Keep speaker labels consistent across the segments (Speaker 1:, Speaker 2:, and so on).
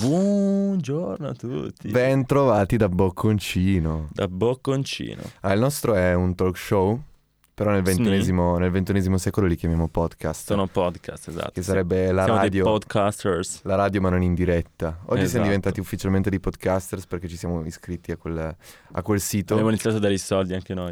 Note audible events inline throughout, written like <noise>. Speaker 1: Buongiorno a tutti.
Speaker 2: Ben trovati da Bocconcino.
Speaker 1: Da Bocconcino.
Speaker 2: Ah, il nostro è un talk show, però nel
Speaker 1: Sì.
Speaker 2: ventunesimo, nel ventunesimo secolo li chiamiamo podcast.
Speaker 1: Sono podcast, esatto.
Speaker 2: Che sarebbe la
Speaker 1: Siamo
Speaker 2: radio.
Speaker 1: dei podcasters.
Speaker 2: La radio ma non in diretta. Oggi
Speaker 1: Esatto.
Speaker 2: siamo diventati ufficialmente dei podcasters perché ci siamo iscritti a quel, a quel sito. <laughs>
Speaker 1: Abbiamo iniziato a dare i soldi anche noi.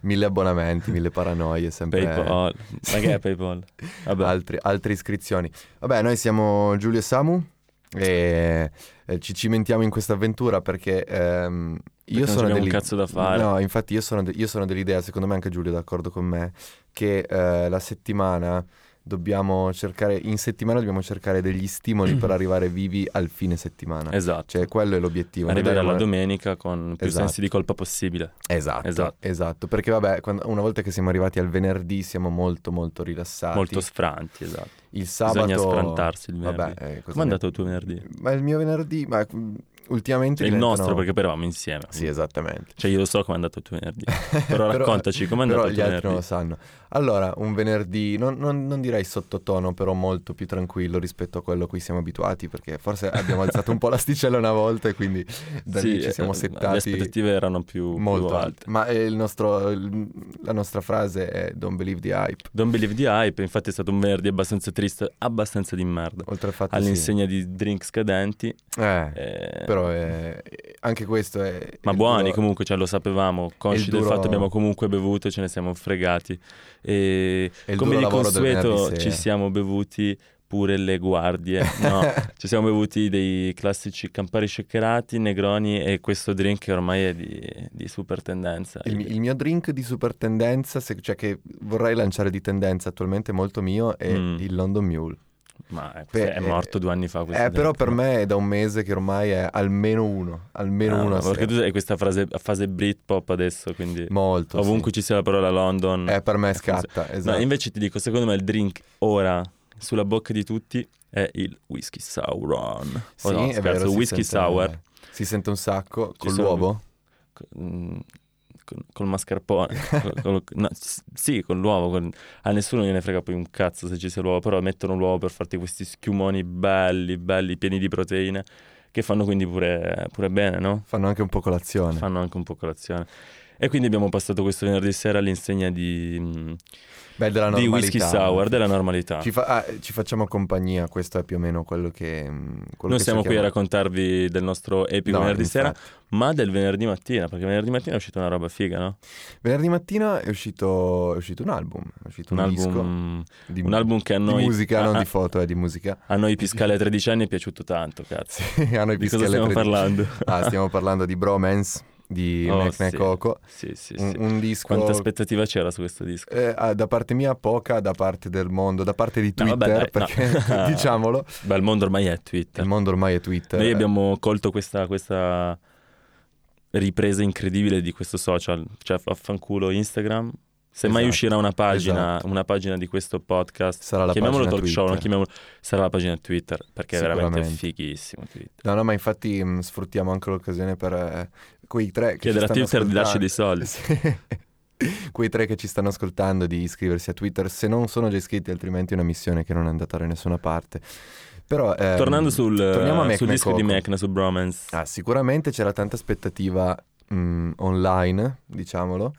Speaker 2: mille abbonamenti, mille paranoie, sempre
Speaker 1: Paypal. Ma che è Paypal? Vabbè.
Speaker 2: altri- altre iscrizioni. Vabbè, noi siamo Giulio e Samu e eh, ci cimentiamo in questa avventura perché ehm,
Speaker 1: Perché
Speaker 2: io
Speaker 1: non
Speaker 2: sono
Speaker 1: abbiamo un
Speaker 2: dell'i-
Speaker 1: cazzo da fare.
Speaker 2: No, infatti io sono, de- io sono dell'idea, secondo me anche Giulio è d'accordo con me, che eh, la settimana dobbiamo cercare, in settimana dobbiamo cercare degli
Speaker 1: <clears throat>
Speaker 2: stimoli per arrivare vivi al fine settimana.
Speaker 1: Esatto.
Speaker 2: Cioè, quello è l'obiettivo. Noi
Speaker 1: Arrivare alla
Speaker 2: dobbiamo-
Speaker 1: domenica con più
Speaker 2: Esatto.
Speaker 1: sensi di colpa possibile.
Speaker 2: Esatto,
Speaker 1: Esatto.
Speaker 2: esatto. Perché vabbè, quando- una volta che siamo arrivati al venerdì siamo molto molto rilassati.
Speaker 1: Molto sfranti, esatto.
Speaker 2: il sabato...
Speaker 1: Bisogna sfrantarsi il venerdì.
Speaker 2: Vabbè, eh, cosa
Speaker 1: Come è
Speaker 2: ne-
Speaker 1: andato il tuo venerdì? Cioè,
Speaker 2: Ma il mio venerdì, ma mm, ultimamente...
Speaker 1: il
Speaker 2: diventano-
Speaker 1: nostro, perché poi eravamo insieme.
Speaker 2: Sì, esattamente.
Speaker 1: Cioè, io lo so com'è andato il tuo
Speaker 2: <laughs>
Speaker 1: venerdì. Però raccontaci com'è andato
Speaker 2: Però
Speaker 1: il
Speaker 2: gli
Speaker 1: tuo
Speaker 2: altri non lo
Speaker 1: venerdì.
Speaker 2: sanno. Allora, un venerdì, non, non- non direi sottotono, però molto più tranquillo rispetto a quello a cui siamo abituati, perché forse abbiamo alzato un po' l'asticella una volta e quindi da
Speaker 1: Sì,
Speaker 2: lì ci siamo
Speaker 1: eh, Le
Speaker 2: settati
Speaker 1: aspettative erano più, più
Speaker 2: molto
Speaker 1: alte.
Speaker 2: alto. Ma eh, il nostro- il- la nostra frase è Don't believe the hype.
Speaker 1: Don't Believe the Hype, infatti è stato un venerdì abbastanza triste, abbastanza di merda.
Speaker 2: Oltre al fatto sì.
Speaker 1: All'insegna di drink scadenti,
Speaker 2: Eh,
Speaker 1: eh,
Speaker 2: però eh, anche questo è...
Speaker 1: ma
Speaker 2: il
Speaker 1: buoni
Speaker 2: duro-
Speaker 1: comunque, cioè, lo sapevamo, consci
Speaker 2: il
Speaker 1: del
Speaker 2: duro-
Speaker 1: fatto abbiamo comunque bevuto, ce ne siamo fregati. E
Speaker 2: è il
Speaker 1: come
Speaker 2: duro
Speaker 1: di
Speaker 2: lavoro del
Speaker 1: consueto
Speaker 2: venerdì
Speaker 1: ci
Speaker 2: sera.
Speaker 1: siamo bevuti pure le guardie,
Speaker 2: <laughs>
Speaker 1: no, ci siamo bevuti dei classici campari shakerati, negroni e questo drink che ormai è di, di super tendenza.
Speaker 2: Il, mi- il mio drink di super tendenza, se- cioè che vorrei lanciare di tendenza attualmente molto mio, è
Speaker 1: Mm.
Speaker 2: il London Mule.
Speaker 1: Ma è,
Speaker 2: Beh,
Speaker 1: è morto due anni fa. questo
Speaker 2: Eh, però
Speaker 1: drink,
Speaker 2: per
Speaker 1: no?
Speaker 2: me è da un mese che ormai è almeno uno, almeno
Speaker 1: Ah,
Speaker 2: uno. a
Speaker 1: perché
Speaker 2: sera.
Speaker 1: tu hai questa frase, fase Britpop adesso, quindi
Speaker 2: Molto.
Speaker 1: ovunque
Speaker 2: sì.
Speaker 1: ci sia la parola London.
Speaker 2: Eh, per me
Speaker 1: Eh, funziona.
Speaker 2: scatta,
Speaker 1: No,
Speaker 2: esatto.
Speaker 1: invece ti dico, secondo me il drink ora sulla bocca di tutti è il whisky sauron. O
Speaker 2: Sì,
Speaker 1: no,
Speaker 2: è
Speaker 1: scherzo,
Speaker 2: vero, si
Speaker 1: whisky
Speaker 2: sente-
Speaker 1: sour
Speaker 2: Si sente un sacco con
Speaker 1: sono-
Speaker 2: l'uovo?
Speaker 1: co- mm, con- col
Speaker 2: <laughs>
Speaker 1: mascarpone. col- col- no, s- sì, con l'uovo. con- A nessuno gliene frega poi un cazzo se ci sia l'uovo, però mettono l'uovo per farti questi schiumoni belli, belli, pieni di proteine, che fanno quindi pure, pure bene, no?
Speaker 2: Fanno anche un po' colazione.
Speaker 1: fanno anche un po' colazione. E quindi abbiamo passato questo venerdì sera all'insegna di, mm,
Speaker 2: Beh, della
Speaker 1: di
Speaker 2: normalità.
Speaker 1: whisky sour, della normalità.
Speaker 2: Ci, fa- ah, ci facciamo compagnia, questo è più o meno quello che... mm, Quello
Speaker 1: Non
Speaker 2: che
Speaker 1: siamo qui a
Speaker 2: cerchiamo-
Speaker 1: raccontarvi del nostro epico
Speaker 2: No,
Speaker 1: venerdì sera,
Speaker 2: infatti.
Speaker 1: ma del venerdì mattina, perché venerdì mattina è uscita una roba figa, no?
Speaker 2: Venerdì mattina è uscito, è uscito un album, è uscito
Speaker 1: Un,
Speaker 2: un, disco
Speaker 1: album,
Speaker 2: di,
Speaker 1: un album che a
Speaker 2: di
Speaker 1: noi, Ah,
Speaker 2: musica,
Speaker 1: a,
Speaker 2: non
Speaker 1: a-
Speaker 2: di foto, è di musica. <laughs>
Speaker 1: a noi piscale tredicenni è piaciuto tanto, cazzo.
Speaker 2: Sì, a noi
Speaker 1: Di cosa
Speaker 2: Pischia alle
Speaker 1: stiamo
Speaker 2: 13.
Speaker 1: parlando?
Speaker 2: <laughs> Ah, stiamo parlando di Bromance di
Speaker 1: Oh,
Speaker 2: Mac Mac
Speaker 1: sì.
Speaker 2: Coco.
Speaker 1: sì, sì, sì.
Speaker 2: Un, un disco
Speaker 1: Quanta aspettativa c'era su questo disco?
Speaker 2: eh, ah, da parte mia poca, da parte del mondo, da parte di
Speaker 1: No, vabbè,
Speaker 2: Twitter,
Speaker 1: dai, no.
Speaker 2: perché
Speaker 1: <laughs>
Speaker 2: <laughs> diciamolo,
Speaker 1: Beh, il mondo ormai è
Speaker 2: il
Speaker 1: Twitter.
Speaker 2: mondo ormai è Twitter.
Speaker 1: Noi abbiamo colto questa, questa ripresa incredibile di questo social, cioè affanculo Instagram. Se mai
Speaker 2: Esatto,
Speaker 1: uscirà una pagina,
Speaker 2: esatto.
Speaker 1: una pagina di questo podcast,
Speaker 2: Sarà la
Speaker 1: chiamiamolo
Speaker 2: pagina
Speaker 1: talk show, non
Speaker 2: Twitter.
Speaker 1: chiamiamolo- sarà la pagina Twitter perché è veramente
Speaker 2: Sicuramente.
Speaker 1: fighissimo. Twitter.
Speaker 2: No, no, ma infatti mh, sfruttiamo anche l'occasione per eh, quei tre che ci
Speaker 1: Chiedere a
Speaker 2: stanno
Speaker 1: Twitter di darci dei
Speaker 2: ascoltando.
Speaker 1: soldi.
Speaker 2: <laughs> Sì. Quei tre che ci stanno ascoltando di iscriversi a Twitter, se non sono già iscritti, altrimenti è una missione che non è andata da nessuna parte. Però, ehm,
Speaker 1: Tornando sul,
Speaker 2: torniamo a Mac
Speaker 1: sul
Speaker 2: Mac
Speaker 1: disco di
Speaker 2: Coco.
Speaker 1: Mecna, su Bromance,
Speaker 2: Ah, sicuramente c'era tanta aspettativa mh, online, diciamolo,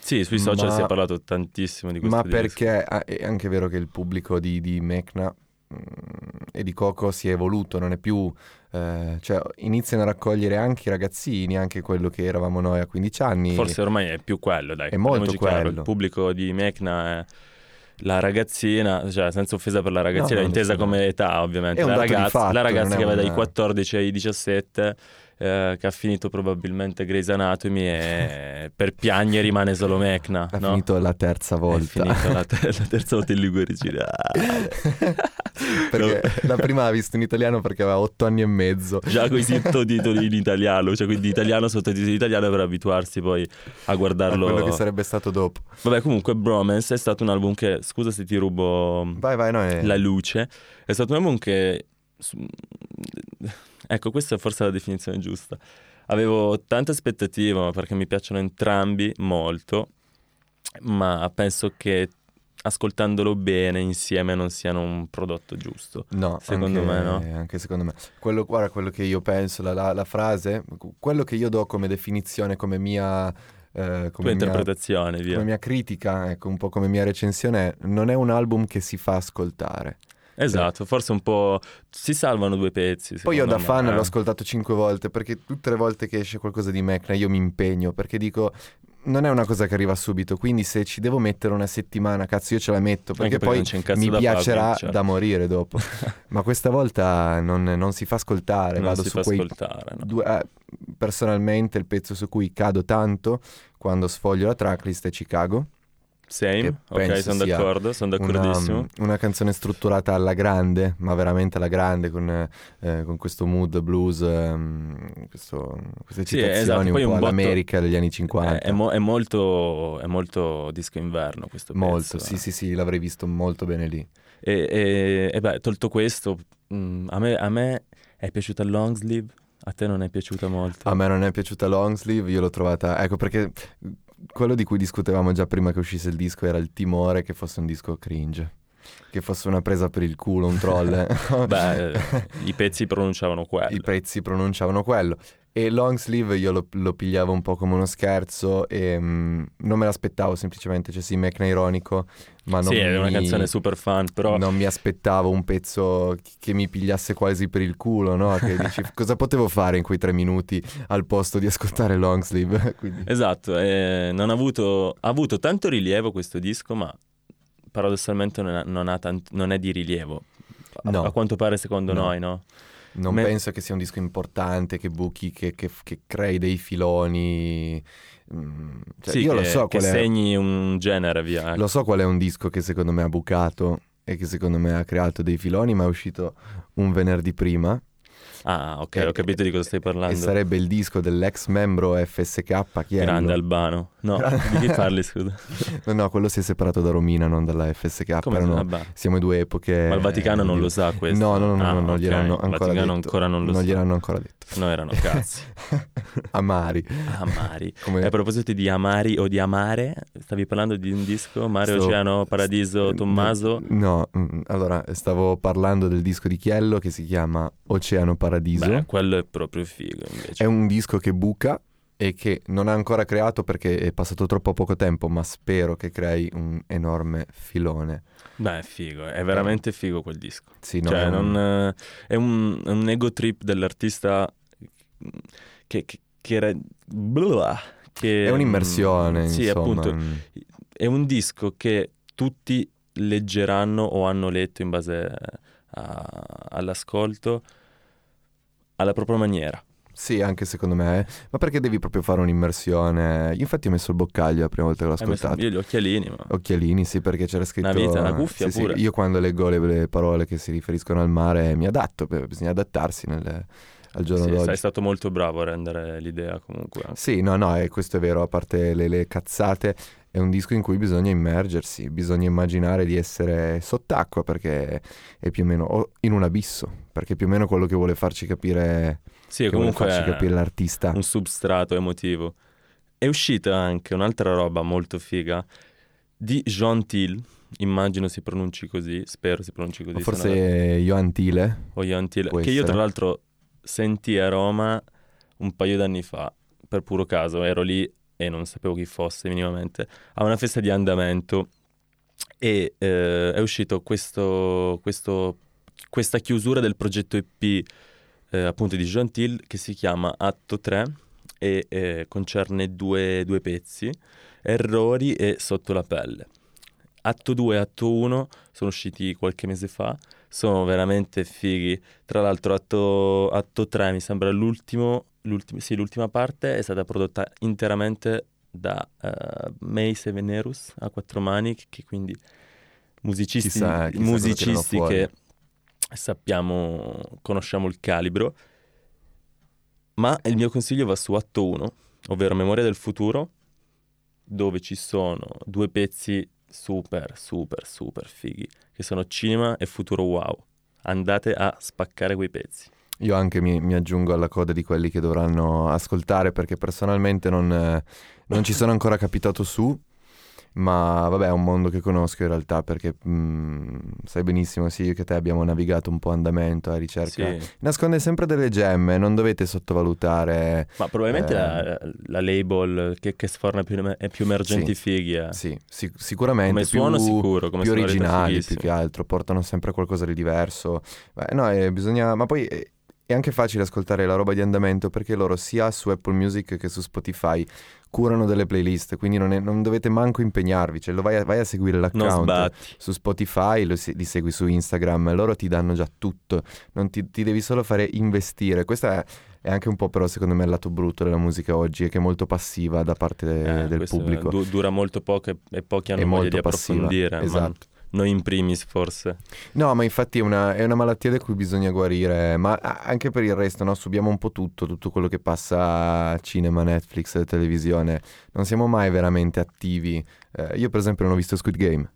Speaker 1: sì, sui social
Speaker 2: ma-
Speaker 1: si è parlato tantissimo di questo
Speaker 2: ma
Speaker 1: disco.
Speaker 2: perché ah, è anche vero che il pubblico di, di Mecna mh, e di Coco si è evoluto, non è più... eh, cioè iniziano a raccogliere anche i ragazzini, anche quello che eravamo noi a 15 anni.
Speaker 1: Forse ormai è più quello, dai.
Speaker 2: È molto
Speaker 1: parliamoci chiaro,
Speaker 2: quello.
Speaker 1: Il pubblico di Mecna è la ragazzina, cioè senza offesa per la ragazzina,
Speaker 2: No, no,
Speaker 1: intesa
Speaker 2: nessuno.
Speaker 1: come età ovviamente.
Speaker 2: È un
Speaker 1: la,
Speaker 2: dato di
Speaker 1: ragazza,
Speaker 2: fatto,
Speaker 1: la
Speaker 2: non
Speaker 1: ragazza
Speaker 2: è
Speaker 1: che va dai
Speaker 2: un-
Speaker 1: 14 ai 17, eh, che ha finito probabilmente Grey's Anatomy
Speaker 2: <laughs>
Speaker 1: e per piagne rimane solo Mecna.
Speaker 2: Ha
Speaker 1: no?
Speaker 2: finito la terza volta.
Speaker 1: È finito la, te- la terza volta in lingua originale.
Speaker 2: <laughs>
Speaker 1: Ah.
Speaker 2: perché la prima l'ha vista in italiano perché aveva 8 anni e mezzo.
Speaker 1: Già
Speaker 2: <laughs>
Speaker 1: con i sottotitoli in italiano, cioè quindi italiano sottotitoli in italiano per abituarsi poi a
Speaker 2: A
Speaker 1: guardarlo.
Speaker 2: quello che sarebbe stato dopo.
Speaker 1: Vabbè, comunque, Bromance è stato un album che. Scusa se ti rubo mh,
Speaker 2: Vai, vai, no. è-
Speaker 1: la luce. È stato un album che. su- Ecco, questa è forse la definizione giusta. Avevo tante aspettative ma perché mi piacciono entrambi molto, ma penso che ascoltandolo bene insieme non siano un prodotto giusto.
Speaker 2: No,
Speaker 1: Secondo
Speaker 2: anche-
Speaker 1: me no.
Speaker 2: eh, Anche secondo me. Quello, guarda, quello che io penso, la, la- la frase, cu- quello che io do come definizione, come mia... eh,
Speaker 1: Tua
Speaker 2: come mia
Speaker 1: interpretazione, via.
Speaker 2: come mia critica, ecco, un po' come mia recensione, è, non è un album che si fa ascoltare.
Speaker 1: Esatto, forse un po'... Si salvano due pezzi.
Speaker 2: Poi io da
Speaker 1: secondo
Speaker 2: fan
Speaker 1: me, eh.
Speaker 2: l'ho ascoltato cinque volte perché tutte le volte che esce qualcosa di Mecna io mi impegno perché dico non è una cosa che arriva subito, quindi se ci devo mettere una settimana, cazzo, io ce la metto perché
Speaker 1: Anche
Speaker 2: poi
Speaker 1: non c'è un cazzo
Speaker 2: mi
Speaker 1: da fare,
Speaker 2: piacerà
Speaker 1: cioè.
Speaker 2: da morire
Speaker 1: <laughs>
Speaker 2: dopo. Ma questa volta non, non si fa ascoltare,
Speaker 1: non
Speaker 2: vado
Speaker 1: si
Speaker 2: su
Speaker 1: fa
Speaker 2: quei
Speaker 1: ascoltare. no.
Speaker 2: due- eh, personalmente il pezzo su cui cado tanto quando sfoglio la tracklist è Chicago. che
Speaker 1: Same, ok,
Speaker 2: penso
Speaker 1: sono
Speaker 2: sia
Speaker 1: d'accordo, sono
Speaker 2: una,
Speaker 1: d'accordissimo. Eh,
Speaker 2: una canzone strutturata alla grande, ma veramente alla grande, con, eh, con questo mood blues, ehm, questo- queste
Speaker 1: Sì,
Speaker 2: citazioni
Speaker 1: esatto,
Speaker 2: un
Speaker 1: poi
Speaker 2: po'
Speaker 1: un botto- Eh,
Speaker 2: all'America degli anni
Speaker 1: È,
Speaker 2: 50.
Speaker 1: è mo- è molto, è molto disco inverno questo
Speaker 2: molto,
Speaker 1: pezzo.
Speaker 2: sì,
Speaker 1: eh.
Speaker 2: sì, sì, l'avrei visto molto bene lì.
Speaker 1: E, e- e beh, tolto questo, mm, a, me, a me è piaciuta Long Sleeve, a te non è piaciuta molto.
Speaker 2: A me non è piaciuta Longsleeve, io l'ho trovata... Ecco, perché quello di cui discutevamo già prima che uscisse il disco era il timore che fosse un disco cringe. Che fosse una presa per il culo, un troll. <laughs> eh.
Speaker 1: <laughs> Beh, eh,
Speaker 2: <laughs>
Speaker 1: i pezzi pronunciavano quello.
Speaker 2: i prezzi pronunciavano quello. E long sleeve io lo, lo pigliavo un po' come uno scherzo e mm, non me l'aspettavo semplicemente, cioè sì, Mecna ironico, ma non,
Speaker 1: sì, è una
Speaker 2: mi,
Speaker 1: canzone super fan, però
Speaker 2: non mi aspettavo un pezzo chi- che mi pigliasse quasi per il culo, no?
Speaker 1: <laughs>
Speaker 2: Che dici, cosa potevo fare in quei tre minuti al posto di ascoltare long sleeve? <laughs> Quindi,
Speaker 1: esatto, eh, non ha avuto, ha avuto tanto rilievo questo disco, ma paradossalmente non, ha- non ha tant- non è di rilievo. A,
Speaker 2: No.
Speaker 1: a quanto pare secondo
Speaker 2: No.
Speaker 1: noi, no?
Speaker 2: non
Speaker 1: me-
Speaker 2: penso che sia un disco importante, che buchi, che, che- che crei dei filoni. mm, cioè,
Speaker 1: sì,
Speaker 2: io
Speaker 1: che,
Speaker 2: lo so
Speaker 1: che
Speaker 2: qual è.
Speaker 1: segni un genere, via.
Speaker 2: Lo so qual è un disco che secondo me ha bucato e che secondo me ha creato dei filoni, ma è uscito un venerdì prima
Speaker 1: Ah, ok,
Speaker 2: Eh,
Speaker 1: ho capito di cosa stai
Speaker 2: e
Speaker 1: parlando.
Speaker 2: sarebbe il disco dell'ex membro FSK, chi è?
Speaker 1: Grande
Speaker 2: lui?
Speaker 1: Albano. No, di chi parli,
Speaker 2: <laughs>
Speaker 1: scusa?
Speaker 2: No, no, quello si è separato da Romina, non dalla FSK,
Speaker 1: Come
Speaker 2: erano-
Speaker 1: Vabbè.
Speaker 2: siamo in due epoche.
Speaker 1: Ma il Vaticano non lo sa questo.
Speaker 2: Eh, No, no, no, no,
Speaker 1: Ah,
Speaker 2: no, non
Speaker 1: ok.
Speaker 2: gliel'hanno ancora
Speaker 1: Il Vaticano
Speaker 2: detto.
Speaker 1: ancora non lo
Speaker 2: non
Speaker 1: sa.
Speaker 2: gliel'hanno ancora detto.
Speaker 1: No, erano
Speaker 2: <laughs>
Speaker 1: cazzi.
Speaker 2: Amari.
Speaker 1: Amari.
Speaker 2: Come...
Speaker 1: E a proposito di amari o di amare, stavi parlando di un disco, Mare,
Speaker 2: Sto- eh,
Speaker 1: Oceano, Paradiso, Tommaso.
Speaker 2: No, mm, allora stavo parlando del disco di Chiello che si chiama Oceano Paradiso.
Speaker 1: Beh, quello è proprio figo
Speaker 2: È
Speaker 1: invece.
Speaker 2: un disco che buca e che non ha ancora creato perché è passato troppo poco tempo, ma spero che crei un enorme filone.
Speaker 1: Beh, è figo, è veramente figo quel disco.
Speaker 2: Sì, no,
Speaker 1: cioè,
Speaker 2: è un-
Speaker 1: non, eh, è un, è un ego trip dell'artista che, che, che era... blah, che- mm,
Speaker 2: è un'immersione,
Speaker 1: Sì,
Speaker 2: insomma. mm.
Speaker 1: appunto. È un disco che tutti leggeranno o hanno letto in base a- all'ascolto alla propria maniera.
Speaker 2: Sì, anche secondo me. eh. Ma perché devi proprio fare un'immersione? Infatti ho messo il boccaglio la prima volta che l'ho
Speaker 1: Hai messo-
Speaker 2: ascoltato.
Speaker 1: Eh, Io gli occhialini, ma...
Speaker 2: Occhialini, sì, perché c'era scritto...
Speaker 1: vita, una cuffia
Speaker 2: Sì, sì,
Speaker 1: pure.
Speaker 2: Io quando leggo le, le parole che si riferiscono al mare mi adatto, beh, bisogna adattarsi nel- al giorno
Speaker 1: Sì,
Speaker 2: d'oggi.
Speaker 1: sei stato molto bravo a rendere l'idea comunque. anche.
Speaker 2: Sì, no, no, e questo è vero, a parte le, le cazzate, è un disco in cui bisogna immergersi, bisogna immaginare di essere sott'acqua perché è più o meno, o in un abisso, perché è più o meno quello che vuole farci capire,
Speaker 1: Sì,
Speaker 2: che vuole
Speaker 1: comunque
Speaker 2: farci capire l'artista.
Speaker 1: un substrato emotivo. È uscita anche un'altra roba molto figa di Jean Till, immagino si pronunci così, spero si pronunci
Speaker 2: O
Speaker 1: così. se no-
Speaker 2: Forse Johan Thiele,
Speaker 1: o Ian Thiel,
Speaker 2: Può
Speaker 1: che io
Speaker 2: essere.
Speaker 1: tra l'altro sentii a Roma un paio d'anni fa, per puro caso, ero lì e non sapevo chi fosse minimamente, a una festa di andamento e eh, è uscito questo, questo- questa chiusura del progetto EP eh, appunto di Jean Till che si chiama Atto 3 e eh, concerne due, due pezzi, Errori e Sotto la pelle. Atto 2 e Atto 1 sono usciti qualche mese fa, sono veramente fighi. Tra l'altro, atto, atto 3 mi sembra l'ultimo, l'ultim- sì, l'ultima parte è stata prodotta interamente da eh, Mace e Venerus a quattro mani, che, che quindi musicisti,
Speaker 2: Chissà- chissà cosa
Speaker 1: musicisti
Speaker 2: tirano fuori.
Speaker 1: che sappiamo, conosciamo il calibro. Ma il mio consiglio va su atto 1, ovvero Memoria del futuro, dove ci sono due pezzi super, super, super fighi che sono Cinema e Futuro Wow. Andate a spaccare quei pezzi.
Speaker 2: io anche mi, mi aggiungo alla coda di quelli che dovranno ascoltare perché personalmente non, eh, non ci sono ancora capitato su. ma vabbè è un mondo che conosco in realtà perché mh, sai benissimo sì io che te abbiamo navigato un po' andamento a ricerca.
Speaker 1: Sì.
Speaker 2: Nasconde sempre delle gemme, non dovete sottovalutare...
Speaker 1: Ma probabilmente
Speaker 2: Eh.
Speaker 1: la, la label che, che sforna più, più emergenti fighi eh.
Speaker 2: Sì, sic- sicuramente
Speaker 1: Come
Speaker 2: più,
Speaker 1: suono sicuro, come
Speaker 2: più
Speaker 1: sonorità
Speaker 2: originali più
Speaker 1: fighissime.
Speaker 2: che altro, portano sempre qualcosa di diverso. Beh, no, eh, bisogna... Ma poi eh, è anche facile ascoltare la roba di andamento perché loro sia su Apple Music che su Spotify curano delle playlist, quindi non, è- non dovete manco impegnarvi, cioè lo vai a, vai a seguire
Speaker 1: Non
Speaker 2: l'account
Speaker 1: sbatti.
Speaker 2: su Spotify, lo se- li segui su Instagram, loro ti danno già tutto, non ti, ti devi solo fare investire. Questa è, è anche un po' però secondo me il lato brutto della musica oggi, è che è molto passiva da parte
Speaker 1: Eh,
Speaker 2: del
Speaker 1: questo
Speaker 2: pubblico.
Speaker 1: du- dura molto poco e, e pochi hanno
Speaker 2: È
Speaker 1: voglia
Speaker 2: molto
Speaker 1: di approfondire.
Speaker 2: passiva,
Speaker 1: ma
Speaker 2: esatto.
Speaker 1: Noi in primis forse.
Speaker 2: No, ma infatti è una, è una malattia da cui bisogna guarire, ma a- anche per il resto, no? Subiamo un po' tutto, tutto quello che passa a cinema, Netflix, televisione. Non siamo mai veramente attivi. Eh, io, per esempio, non ho visto Squid Game.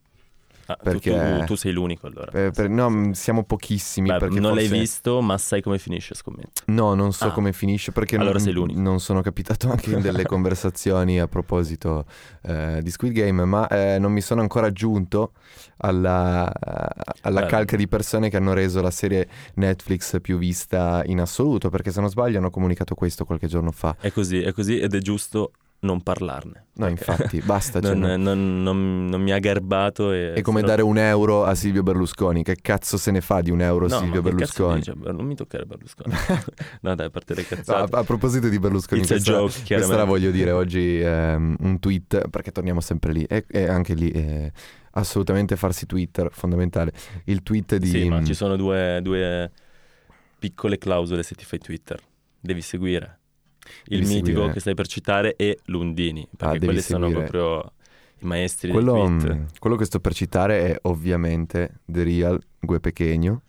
Speaker 1: Ah, tu-
Speaker 2: Perché-
Speaker 1: tu, tu sei l'unico allora.
Speaker 2: Eh, per- no, mh, siamo pochissimi
Speaker 1: Beh,
Speaker 2: perché
Speaker 1: non l'hai
Speaker 2: forse-
Speaker 1: visto, ma sai come finisce, scommetto.
Speaker 2: No, non so
Speaker 1: Ah.
Speaker 2: come finisce perché
Speaker 1: Allora
Speaker 2: non,
Speaker 1: sei l'unico.
Speaker 2: non sono capitato anche
Speaker 1: <laughs>
Speaker 2: in delle conversazioni a proposito eh, di Squid Game, ma eh, non mi sono ancora aggiunto alla, eh, alla
Speaker 1: Beh.
Speaker 2: calca di persone che hanno reso la serie Netflix più vista in assoluto, perché se non sbaglio hanno comunicato questo qualche giorno fa.
Speaker 1: È così, è così ed è giusto non parlarne.
Speaker 2: No,
Speaker 1: Perché
Speaker 2: infatti, basta.
Speaker 1: <laughs>
Speaker 2: cioè,
Speaker 1: non,
Speaker 2: non-
Speaker 1: non- non- non mi ha garbato. E,
Speaker 2: È come dare un euro a Silvio Berlusconi, che cazzo se ne fa di un euro
Speaker 1: no,
Speaker 2: Silvio
Speaker 1: ma che cazzo mi
Speaker 2: Berlusconi?
Speaker 1: dice? Beh, non mi toccare Berlusconi.
Speaker 2: <laughs>
Speaker 1: no, dai, a parte le
Speaker 2: No, a,
Speaker 1: cazzate.
Speaker 2: a proposito di Berlusconi,
Speaker 1: It's a
Speaker 2: questa-
Speaker 1: joke,
Speaker 2: Questa la
Speaker 1: chiaramente.
Speaker 2: voglio dire oggi, ehm, un tweet, perché torniamo sempre lì, e, e anche lì eh, assolutamente farsi Twitter, fondamentale. Il tweet di... mm,
Speaker 1: Sì, ma ci sono due, due piccole clausole se ti fai Twitter. Devi seguire il
Speaker 2: Devi
Speaker 1: mitico
Speaker 2: seguire.
Speaker 1: che stai per citare e l'Undini,
Speaker 2: Ah,
Speaker 1: perché
Speaker 2: devi
Speaker 1: quelli sono
Speaker 2: seguire.
Speaker 1: proprio i maestri
Speaker 2: quello,
Speaker 1: del tweet.
Speaker 2: mh, quello che sto per citare è ovviamente The Real Gue Pechegno,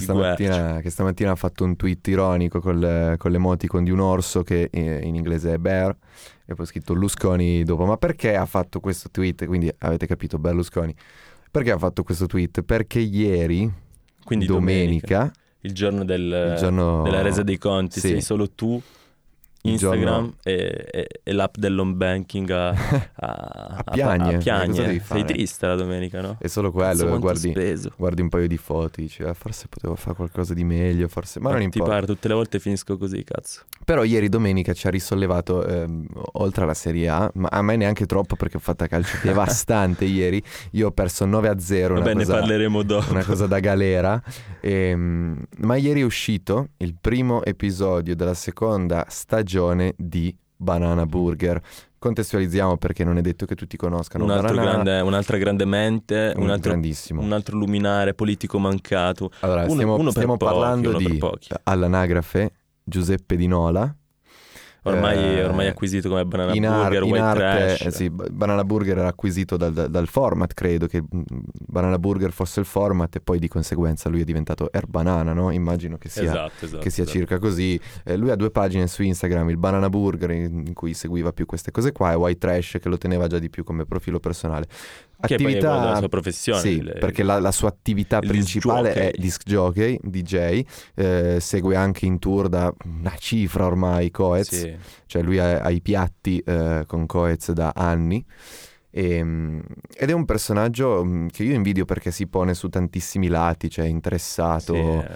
Speaker 1: Di
Speaker 2: stamattina, che stamattina ha fatto un tweet ironico col- con l'emoticon di un orso che eh, in inglese è bear, e poi ho scritto Lusconi dopo. Ma perché ha fatto questo tweet? Quindi avete capito, Berlusconi. Perché ha fatto questo tweet? Perché ieri,
Speaker 1: Quindi domenica,
Speaker 2: domenica
Speaker 1: il giorno del-
Speaker 2: il
Speaker 1: Eh,
Speaker 2: giorno
Speaker 1: della resa dei conti,
Speaker 2: Oh, sì.
Speaker 1: sei solo tu,
Speaker 2: Il
Speaker 1: Instagram
Speaker 2: <laughs> giorno-
Speaker 1: e, e- e l'app dell'home banking a, a, a-
Speaker 2: piagne,
Speaker 1: a
Speaker 2: cosa devi
Speaker 1: piagne.
Speaker 2: fare?
Speaker 1: Sei triste la domenica, no?
Speaker 2: è solo
Speaker 1: Cazzo,
Speaker 2: quello,
Speaker 1: quanto
Speaker 2: guardi,
Speaker 1: speso.
Speaker 2: guardi un paio di foto, dici, "Ah, forse potevo fare qualcosa di meglio, forse, ma non
Speaker 1: Eh, ti
Speaker 2: importa.
Speaker 1: pare, tutte le volte finisco così, cazzo.
Speaker 2: Però ieri domenica ci ha risollevato, ehm, oltre alla Serie A, ma a me neanche troppo perché ho fatto calcio
Speaker 1: <laughs>
Speaker 2: devastante ieri, io ho perso 9 a 0, una
Speaker 1: Vabbè, ne
Speaker 2: cosa-
Speaker 1: parleremo dopo.
Speaker 2: una cosa da galera. Ehm, ma ieri è uscito il primo episodio della seconda stagione di Banana Burger. Contestualizziamo perché non è detto che tutti conoscano
Speaker 1: Un altro
Speaker 2: Banana
Speaker 1: grande- un'altra grande mente,
Speaker 2: è
Speaker 1: un altro,
Speaker 2: grandissimo.
Speaker 1: un altro luminare politico mancato.
Speaker 2: Allora,
Speaker 1: uno-
Speaker 2: stiamo,
Speaker 1: uno per
Speaker 2: stiamo
Speaker 1: pochi,
Speaker 2: parlando
Speaker 1: uno per
Speaker 2: di
Speaker 1: pochi.
Speaker 2: all'anagrafe Giuseppe Di Nola.
Speaker 1: Ormai,
Speaker 2: Eh,
Speaker 1: ormai acquisito come banana
Speaker 2: in ar-
Speaker 1: burger,
Speaker 2: in
Speaker 1: white
Speaker 2: arte,
Speaker 1: trash.
Speaker 2: eh sì, B- Banana Burger era acquisito dal, dal format, credo che mm, Banana Burger fosse il format e poi di conseguenza lui è diventato Air Banana, no? Immagino che sia,
Speaker 1: esatto, esatto.
Speaker 2: che sia
Speaker 1: esatto.
Speaker 2: circa così. Eh, lui ha due pagine su Instagram, il Banana Burger in in cui seguiva più queste cose qua e White Trash che lo teneva già di più come profilo personale.
Speaker 1: Che poi è uguale alla
Speaker 2: Attività
Speaker 1: sua professione.
Speaker 2: sì,
Speaker 1: il-
Speaker 2: perché la, la sua attività
Speaker 1: il
Speaker 2: principale
Speaker 1: disc jockey.
Speaker 2: è disc jockey, DJ, eh, segue anche in tour da una cifra ormai Coez,
Speaker 1: sì.
Speaker 2: cioè lui ha, ha i piatti eh, con Coez da anni. E, mm, ed è un personaggio mm, che io invidio perché si pone su tantissimi lati, cioè è interessato.
Speaker 1: Sì, eh.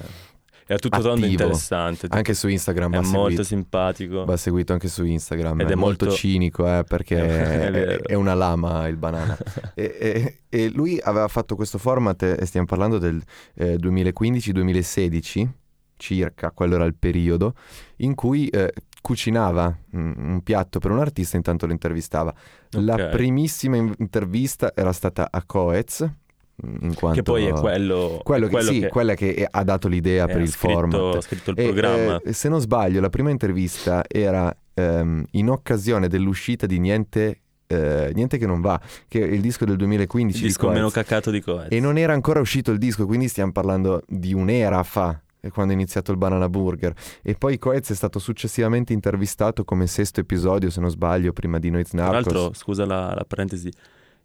Speaker 1: è a tutto tondo
Speaker 2: attivo.
Speaker 1: interessante. tutto-
Speaker 2: Anche su Instagram
Speaker 1: è
Speaker 2: va
Speaker 1: molto
Speaker 2: seguito,
Speaker 1: simpatico.
Speaker 2: va seguito anche su Instagram.
Speaker 1: Esatto. Ed
Speaker 2: è
Speaker 1: è
Speaker 2: molto,
Speaker 1: molto-
Speaker 2: cinico eh, perché
Speaker 1: <laughs> È
Speaker 2: è,
Speaker 1: vero.
Speaker 2: è una lama il
Speaker 1: <laughs>
Speaker 2: banana. e, e- e lui aveva fatto questo format, eh, e stiamo parlando del eh, 2015-2016 circa, quello era il periodo, in cui eh, cucinava mm, un piatto per un artista e intanto lo intervistava. La
Speaker 1: Ok.
Speaker 2: primissima in- intervista era stata a Coez, mm, in quanto...
Speaker 1: Che poi è quello,
Speaker 2: quello che,
Speaker 1: quello
Speaker 2: sì, quella che eh, ha dato l'idea
Speaker 1: eh,
Speaker 2: per
Speaker 1: ha
Speaker 2: il
Speaker 1: scritto,
Speaker 2: format.
Speaker 1: Ha scritto il
Speaker 2: E,
Speaker 1: programma.
Speaker 2: eh, se non sbaglio, la prima intervista era ehm, in occasione dell'uscita di Niente, eh, Niente che non va, che è il disco del 2015.
Speaker 1: il
Speaker 2: di
Speaker 1: disco
Speaker 2: Coez.
Speaker 1: meno caccato di Coez.
Speaker 2: E non era ancora uscito il disco, quindi stiamo parlando di un'era fa, eh, quando è iniziato il Banana Burger. E poi Coez è stato successivamente intervistato come sesto episodio, se non sbaglio, prima di Noiz
Speaker 1: Tra
Speaker 2: Narcos.
Speaker 1: l'altro, scusa la, la parentesi,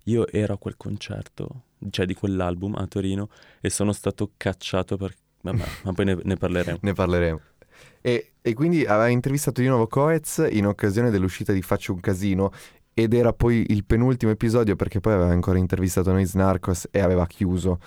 Speaker 1: io ero a quel concerto, cioè di quell'album a Torino e sono stato cacciato per... Vabbè, ma poi ne, ne parleremo.
Speaker 2: Ne parleremo. E, e quindi aveva intervistato di nuovo Coez in occasione dell'uscita di Faccio un casino. ed era poi il penultimo episodio perché poi aveva ancora intervistato Noiz Narcos e aveva chiuso.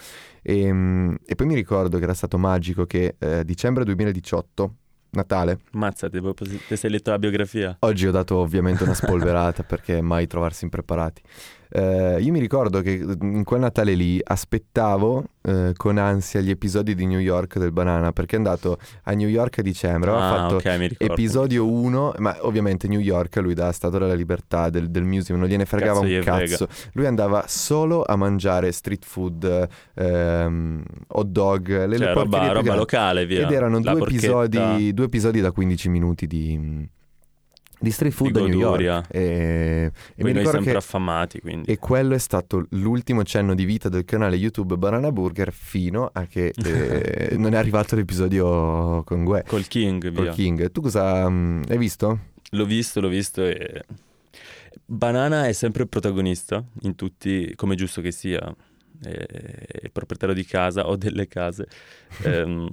Speaker 2: E, mm, e poi mi ricordo che era stato magico che eh, dicembre 2018, Natale,
Speaker 1: Mazza, ti proprio- ti sei letto la biografia.
Speaker 2: Oggi ho dato ovviamente una spolverata perché mai trovarsi impreparati. Eh, io mi ricordo che mm, in quel Natale lì aspettavo eh, con ansia gli episodi di New York del Banana perché è andato a New York a dicembre, aveva
Speaker 1: ah,
Speaker 2: fatto
Speaker 1: ok, mi ricordo.
Speaker 2: episodio 1, ma ovviamente New York lui da Stato della Libertà del, del music non gliene fregava
Speaker 1: Cazzo
Speaker 2: un
Speaker 1: gli frega.
Speaker 2: cazzo, lui andava solo a mangiare street food, ehm, hot dog, le, le
Speaker 1: Cioè,
Speaker 2: porcherie
Speaker 1: roba,
Speaker 2: più
Speaker 1: roba
Speaker 2: grandi.
Speaker 1: locale, via.
Speaker 2: Ed erano
Speaker 1: La
Speaker 2: due
Speaker 1: porchetta
Speaker 2: episodi, due episodi da 15 minuti di, di street
Speaker 1: di
Speaker 2: food a New York.
Speaker 1: goduria.
Speaker 2: E, e mi
Speaker 1: Poi noi
Speaker 2: ricordo
Speaker 1: sempre
Speaker 2: che
Speaker 1: affamati, quindi.
Speaker 2: e quello è stato l'ultimo cenno di vita del canale YouTube Banana Burger fino a
Speaker 1: <laughs>
Speaker 2: che eh, non è arrivato l'episodio con Gue,
Speaker 1: Col King,
Speaker 2: col
Speaker 1: via.
Speaker 2: King. Tu cosa mm, hai visto?
Speaker 1: L'ho visto, l'ho visto e... Banana è sempre il protagonista in tutti, come giusto che sia, è il proprietario di casa o delle case, ehm,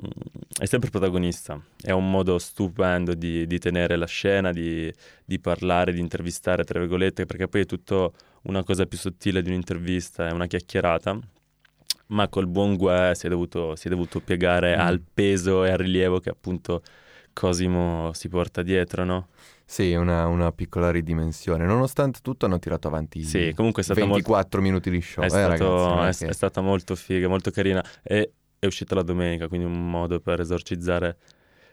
Speaker 1: è sempre il protagonista, è un modo stupendo di, di tenere la scena, di, di parlare, di intervistare, tra virgolette, perché poi è tutto una cosa più sottile di un'intervista, è una chiacchierata, ma col buon Gue si è dovuto, si è dovuto piegare
Speaker 2: Mm.
Speaker 1: al peso e al rilievo che appunto Cosimo si porta dietro, no?
Speaker 2: Sì, una, una piccola ridimensione. Nonostante tutto hanno tirato avanti
Speaker 1: Sì, comunque è stata
Speaker 2: 24 minuti di show.
Speaker 1: molto, è,
Speaker 2: eh,
Speaker 1: stato-
Speaker 2: ragazzi, non è
Speaker 1: è-
Speaker 2: che-
Speaker 1: è stata molto figa, molto carina. E è uscita la domenica, quindi un modo per esorcizzare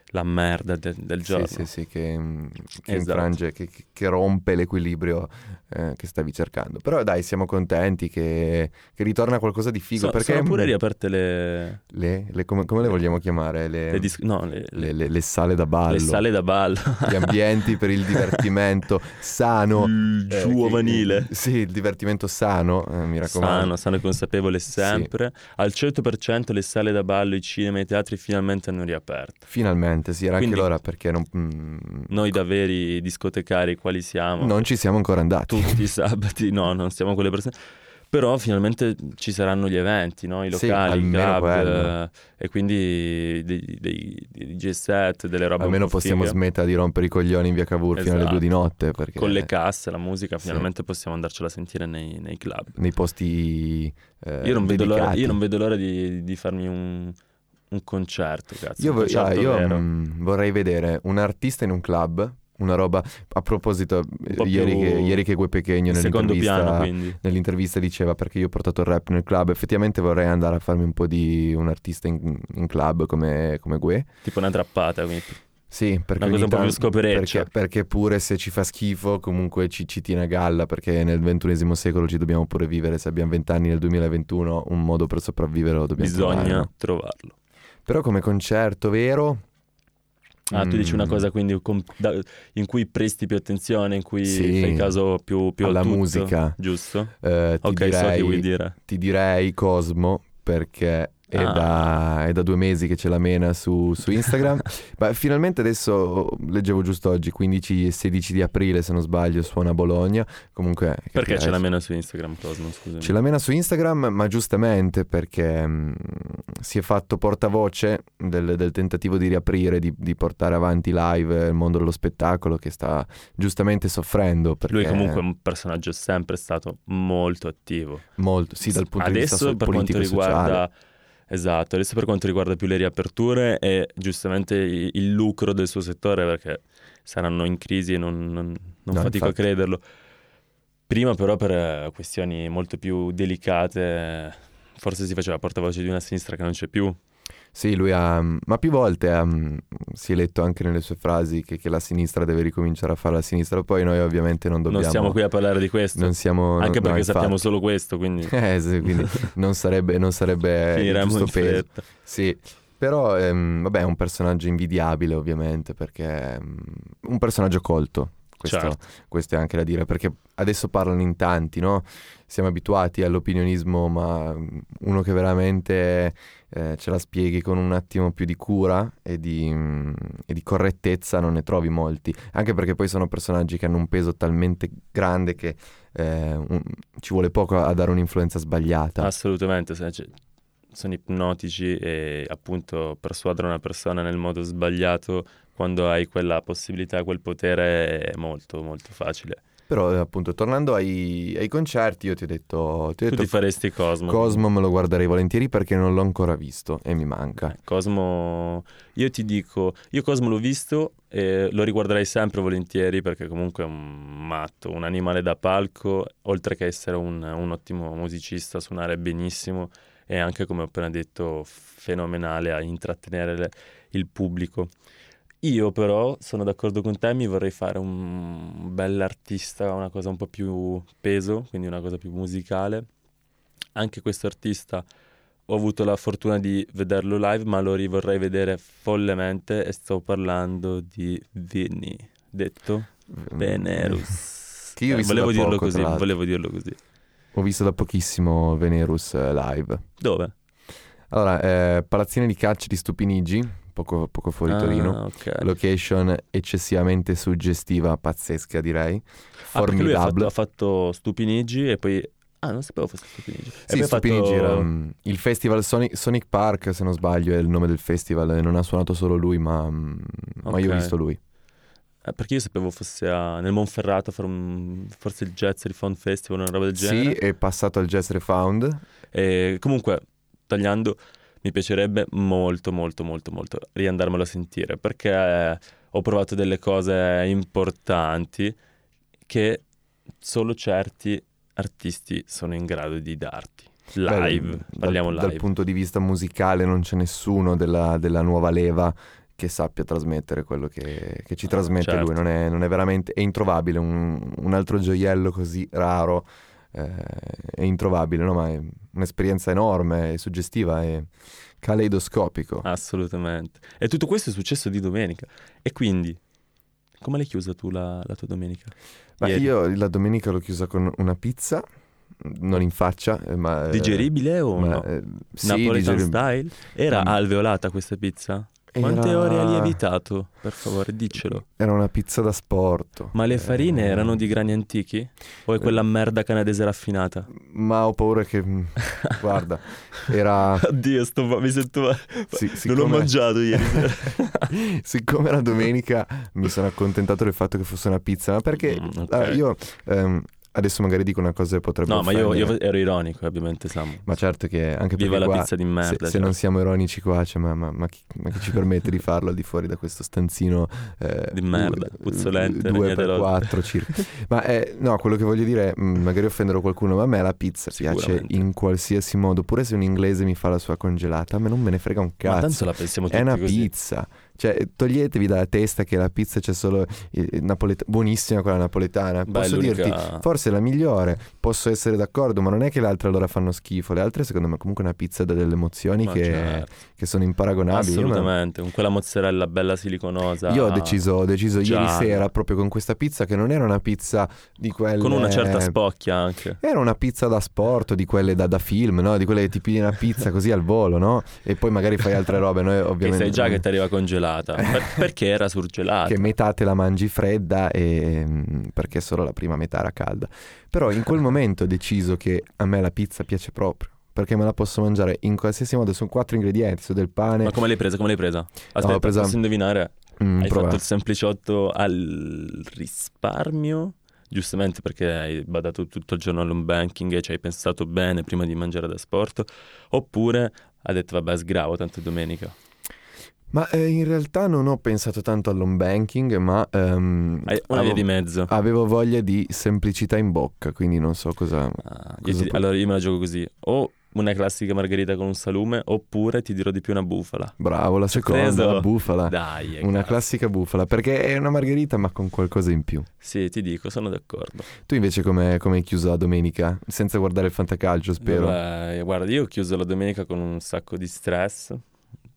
Speaker 1: la merda de- del giorno.
Speaker 2: Sì, sì, sì, che, mm, che
Speaker 1: Esatto.
Speaker 2: infrange, che, che- che rompe l'equilibrio eh, che stavi cercando. Però dai, siamo contenti che, che ritorna qualcosa di figo.
Speaker 1: So-
Speaker 2: perché mm,
Speaker 1: sono pure riaperte le,
Speaker 2: le, le- come, come le vogliamo chiamare? Le,
Speaker 1: le dis- no, le-
Speaker 2: le- le- le sale da ballo,
Speaker 1: le sale da
Speaker 2: <laughs>
Speaker 1: ballo.
Speaker 2: gli ambienti per il
Speaker 1: <laughs>
Speaker 2: divertimento sano.
Speaker 1: Il
Speaker 2: eh,
Speaker 1: giovanile.
Speaker 2: che- <laughs> sì, il divertimento sano, eh, mi raccomando.
Speaker 1: Sano, sano e consapevole sempre. Al 100% le sale da ballo, i cinema e i teatri finalmente hanno riaperto.
Speaker 2: Finalmente, sì, era
Speaker 1: Quindi-
Speaker 2: anche l'ora perché non, mm,
Speaker 1: Noi da veri discotecari quali siamo,
Speaker 2: non ci siamo ancora andati.
Speaker 1: tutti i sabati, no, non siamo quelle persone. Però finalmente ci saranno gli eventi, no? i
Speaker 2: Sì,
Speaker 1: locali, i
Speaker 2: almeno
Speaker 1: club,
Speaker 2: quello.
Speaker 1: eh, e quindi dei, dei, dei DJ set, delle robe un
Speaker 2: <laughs> Almeno
Speaker 1: po'
Speaker 2: possiamo
Speaker 1: fighe.
Speaker 2: smettere di rompere i coglioni in via Cavour fino alle
Speaker 1: Esatto.
Speaker 2: due di notte. Perché...
Speaker 1: Con le casse, la musica,
Speaker 2: Sì.
Speaker 1: finalmente possiamo andarcela a sentire nei, nei club.
Speaker 2: nei posti eh,
Speaker 1: Io non, vedo l'ora,
Speaker 2: dedicati.
Speaker 1: io non vedo l'ora di, di farmi un, un concerto, cazzo.
Speaker 2: Io
Speaker 1: un
Speaker 2: vo-
Speaker 1: concerto
Speaker 2: ah, io,
Speaker 1: certo, vero.
Speaker 2: mm, vorrei vedere un artista in un club, una roba... A proposito,
Speaker 1: po'
Speaker 2: ieri,
Speaker 1: più
Speaker 2: che, ieri che Gue Pechegno
Speaker 1: In secondo piano,
Speaker 2: nell'intervista,
Speaker 1: quindi.
Speaker 2: nell'intervista diceva perché io ho portato il rap nel club, effettivamente vorrei andare a farmi un po' di un artista in, in club come, come Gue.
Speaker 1: Tipo una trappata, quindi.
Speaker 2: Sì, perché,
Speaker 1: Una cosa
Speaker 2: ogni
Speaker 1: un po' più
Speaker 2: tanto-
Speaker 1: scopereccia.
Speaker 2: perché, perché pure se ci fa schifo comunque ci, ci tiene a galla perché nel ventunesimo secolo ci dobbiamo pure vivere, se abbiamo vent'anni nel 2021 un modo per sopravvivere lo dobbiamo
Speaker 1: bisogna
Speaker 2: trovare, no?
Speaker 1: trovarlo.
Speaker 2: Però come concerto vero...
Speaker 1: Ah, tu dici una
Speaker 2: mm,
Speaker 1: cosa quindi con- da- in cui presti più attenzione, in cui
Speaker 2: Sì.
Speaker 1: fai caso più, più a
Speaker 2: alla
Speaker 1: tutto,
Speaker 2: musica.
Speaker 1: Giusto?
Speaker 2: eh, ti,
Speaker 1: Ok, so
Speaker 2: direi,
Speaker 1: che vuoi dire.
Speaker 2: ti direi Cosmo perché è,
Speaker 1: Ah.
Speaker 2: da, è da due mesi che ce la mena su,
Speaker 1: <laughs>
Speaker 2: su Instagram. Ma finalmente adesso, oh, leggevo giusto oggi, 15 e 16 di aprile se non sbaglio, suona a Bologna. Comunque...
Speaker 1: Perché
Speaker 2: capirai,
Speaker 1: ce l'ha meno su Instagram Cosmo, scusami.
Speaker 2: Ce la mena su Instagram, ma giustamente perché mh, si è fatto portavoce del, del tentativo di riaprire, di, di portare avanti live eh, il mondo dello spettacolo che sta giustamente soffrendo. Perché
Speaker 1: Lui comunque è un personaggio sempre stato molto attivo.
Speaker 2: molto, sì, dal punto di vista
Speaker 1: adesso
Speaker 2: so-
Speaker 1: per quanto
Speaker 2: politico e sociale.
Speaker 1: riguarda Esatto, adesso per quanto riguarda più le riaperture e giustamente i- il lucro del suo settore perché saranno in crisi e non, non- non
Speaker 2: No,
Speaker 1: fatico
Speaker 2: infatti.
Speaker 1: a crederlo. Prima però per eh, questioni molto più delicate eh, forse si faceva portavoce di una sinistra che non c'è più.
Speaker 2: Sì, lui ha, mm, ma più volte ha, mm, si è letto anche nelle sue frasi che, che la sinistra deve ricominciare a fare la sinistra, poi noi ovviamente non dobbiamo...
Speaker 1: Non siamo qui a parlare di questo.
Speaker 2: non siamo-
Speaker 1: Anche
Speaker 2: no,
Speaker 1: perché
Speaker 2: infatti. <laughs>
Speaker 1: sappiamo solo questo, quindi
Speaker 2: Eh, sì, quindi non sarebbe,
Speaker 1: <laughs>
Speaker 2: non sarebbe il
Speaker 1: finiremo
Speaker 2: giusto
Speaker 1: in
Speaker 2: peso.
Speaker 1: fretta.
Speaker 2: Sì, però ehm, vabbè è un personaggio invidiabile ovviamente perché ehm, un personaggio colto, questo,
Speaker 1: Certo.
Speaker 2: questo è anche da dire, perché adesso parlano in tanti, no? Siamo abituati all'opinionismo, ma mm, uno che veramente eh, ce la spieghi con un attimo più di cura e di, mm, e di correttezza non ne trovi molti, anche perché poi sono personaggi che hanno un peso talmente grande che eh, un- ci vuole poco a, a dare un'influenza
Speaker 1: Ah,
Speaker 2: sbagliata.
Speaker 1: Assolutamente, se- cioè, sono ipnotici e appunto persuadere una persona nel modo sbagliato quando hai quella possibilità, quel potere è molto molto facile.
Speaker 2: Però eh, appunto tornando ai, ai concerti io ti ho detto... Ti
Speaker 1: Tu
Speaker 2: ho detto
Speaker 1: ti faresti Cosmo.
Speaker 2: Cosmo me lo guarderei volentieri perché non l'ho ancora visto e mi manca.
Speaker 1: Eh, Cosmo, io ti dico, io Cosmo l'ho visto e lo riguarderei sempre volentieri perché comunque è un matto, un animale da palco, oltre che essere un, un ottimo musicista, suonare benissimo e anche, come ho appena detto, fenomenale a intrattenere le- il pubblico. Io però sono d'accordo con te, mi vorrei fare un bell'artista, una cosa un po' più peso, quindi una cosa più musicale. Anche questo artista ho avuto la fortuna di vederlo live, ma lo rivorrei vedere follemente e sto parlando di Vinny, detto Venerus.
Speaker 2: Mm. <laughs> Che io ho visto
Speaker 1: volevo
Speaker 2: da
Speaker 1: dirlo
Speaker 2: poco,
Speaker 1: così,
Speaker 2: tra l'altro.
Speaker 1: volevo dirlo così.
Speaker 2: Ho visto da pochissimo Venerus eh, live.
Speaker 1: Dove?
Speaker 2: Allora, eh, palazzine di calcio di Stupinigi, poco, poco fuori
Speaker 1: Ah,
Speaker 2: Torino.
Speaker 1: ok.
Speaker 2: Location eccessivamente suggestiva, pazzesca direi.
Speaker 1: Ah, perché lui ha fatto,
Speaker 2: Formidable.
Speaker 1: ha fatto Stupinigi e poi... Ah, non sapevo fosse Stupinigi. E poi
Speaker 2: Sì,
Speaker 1: eh, ha fatto-
Speaker 2: Stupinigi era mm, il festival Sonic, Sonic Park, se non sbaglio è il nome del festival, e non ha suonato solo lui, ma, mm, ma io ho
Speaker 1: Ok.
Speaker 2: visto lui.
Speaker 1: Eh, perché io sapevo fosse a- nel Monferrato, a fare un- forse il Jazz Refund Festival, una roba del
Speaker 2: Sì,
Speaker 1: genere.
Speaker 2: è passato al Jazz Refound.
Speaker 1: E comunque, tagliando, mi piacerebbe molto, molto, molto, molto riandarmelo a sentire perché eh, ho provato delle cose importanti che solo certi artisti sono in grado di darti.
Speaker 2: Beh,
Speaker 1: Live,
Speaker 2: dal-
Speaker 1: parliamo
Speaker 2: dal,
Speaker 1: live.
Speaker 2: punto di vista musicale non c'è nessuno della, della nuova leva che sappia trasmettere quello che, che ci
Speaker 1: Ah,
Speaker 2: trasmette
Speaker 1: certo.
Speaker 2: lui. Non è, non è veramente... è introvabile, un, un altro gioiello così raro eh, è introvabile, no? Ma è un'esperienza enorme, è suggestiva, è caleidoscopico.
Speaker 1: Ah, Assolutamente. E tutto questo è successo di domenica. E quindi, come l'hai chiusa tu la, la tua domenica?
Speaker 2: Ma
Speaker 1: Ieri.
Speaker 2: io la domenica l'ho chiusa con una pizza, non in faccia, eh, ma... eh,
Speaker 1: Digeribile o
Speaker 2: ma,
Speaker 1: no?
Speaker 2: eh, sì,
Speaker 1: Napoletan
Speaker 2: digerib-
Speaker 1: style? Era
Speaker 2: Mm.
Speaker 1: alveolata questa pizza? Quante
Speaker 2: Era-
Speaker 1: ore hai lievitato? Per favore, diccelo.
Speaker 2: Era una pizza da sport.
Speaker 1: Ma le farine
Speaker 2: Eh,
Speaker 1: erano di grani antichi? O è quella merda canadese raffinata?
Speaker 2: Ma ho paura che... mh, Guarda,
Speaker 1: <laughs>
Speaker 2: era...
Speaker 1: <laughs> Oddio, sto, mi sento...
Speaker 2: si-
Speaker 1: Non l'ho
Speaker 2: siccome,
Speaker 1: mangiato ieri sera.
Speaker 2: <laughs> siccome era domenica mi sono accontentato del fatto che fosse una pizza, ma <laughs> perché
Speaker 1: Mm, ok.
Speaker 2: allora, io ehm, adesso magari dico una cosa che potrebbe
Speaker 1: No, ma io,
Speaker 2: offendere,
Speaker 1: io ero ironico, eh, ovviamente, Samu.
Speaker 2: Ma certo che anche
Speaker 1: Viva la
Speaker 2: perché qua,
Speaker 1: pizza di
Speaker 2: se,
Speaker 1: merda.
Speaker 2: se
Speaker 1: cioè.
Speaker 2: non siamo ironici qua, cioè, ma, ma- ma chi, ma chi ci permette di farlo al di fuori da questo stanzino eh,
Speaker 1: Di merda, puzzolente, regnate lode.
Speaker 2: 2x4 circa?
Speaker 1: <laughs>
Speaker 2: Ma eh, no, quello che voglio dire, mh, magari offenderò qualcuno, ma a me la pizza piace
Speaker 1: Sicuramente.
Speaker 2: in qualsiasi modo, pure se un inglese mi fa la sua congelata, a me non me ne frega un
Speaker 1: Ma tanto
Speaker 2: cazzo.
Speaker 1: la pensiamo tutti
Speaker 2: È una
Speaker 1: così.
Speaker 2: pizza, cioè toglietevi dalla testa che la pizza c'è solo eh, napolet- buonissima quella napoletana.
Speaker 1: Beh, è
Speaker 2: Posso
Speaker 1: l'unica-
Speaker 2: dirti, Forse è la migliore, posso essere d'accordo, ma non è che le altre allora fanno schifo. Le altre, secondo me, comunque è una pizza da delle emozioni
Speaker 1: Ma
Speaker 2: che,
Speaker 1: certo,
Speaker 2: che sono imparagonabili. Io, me-
Speaker 1: assolutamente, con quella mozzarella bella siliconosa.
Speaker 2: io ho deciso, ho deciso ieri
Speaker 1: Già.
Speaker 2: sera proprio con questa pizza che non era una pizza di quelle.
Speaker 1: Con una certa spocchia anche.
Speaker 2: Era una pizza da sport, di quelle da, da film, no? Di quelle che ti pigli una pizza così al volo, no? E poi magari fai altre robe, noi
Speaker 1: <laughs> Che
Speaker 2: ovviamente. Eh.
Speaker 1: sai già che ti arriva congelata. Per- perché era surgelata.
Speaker 2: che metà te la mangi fredda e, mm, perché solo la prima metà era calda. Però
Speaker 1: <laughs>
Speaker 2: in quel momento ho deciso che a me la pizza piace proprio, perché me la posso mangiare in qualsiasi modo, sono quattro ingredienti, su del pane,
Speaker 1: Ma come l'hai presa? Come l'hai presa? Aspetta,
Speaker 2: l'ho presa-
Speaker 1: posso indovinare?
Speaker 2: mm,
Speaker 1: Hai
Speaker 2: prova.
Speaker 1: fatto il sempliciotto al risparmio? Giustamente perché hai badato tutto il giorno all'home banking e ci hai pensato bene prima di mangiare da sport? Oppure ha detto vabbè sgravo, tanto è domenica.
Speaker 2: Ma eh, in realtà non ho pensato tanto all'home banking, ma ehm,
Speaker 1: Hai una via
Speaker 2: avevo,
Speaker 1: di mezzo.
Speaker 2: avevo voglia di semplicità in bocca, quindi non so cosa...
Speaker 1: Ah, io
Speaker 2: cosa
Speaker 1: ti-
Speaker 2: pu-
Speaker 1: Allora io me la gioco così. O una classica margherita con un salume, oppure ti dirò di più una bufala.
Speaker 2: Bravo, la seconda,
Speaker 1: preso.
Speaker 2: la bufala.
Speaker 1: Dai, eh,
Speaker 2: Ah. Una
Speaker 1: cazzo.
Speaker 2: classica bufala, perché è una margherita ma con qualcosa in più.
Speaker 1: Sì, ti dico, sono d'accordo.
Speaker 2: Tu invece come come hai chiuso la domenica? Senza guardare il fantacalcio, spero.
Speaker 1: Vabbè, guarda, io ho chiuso la domenica con un sacco di stress,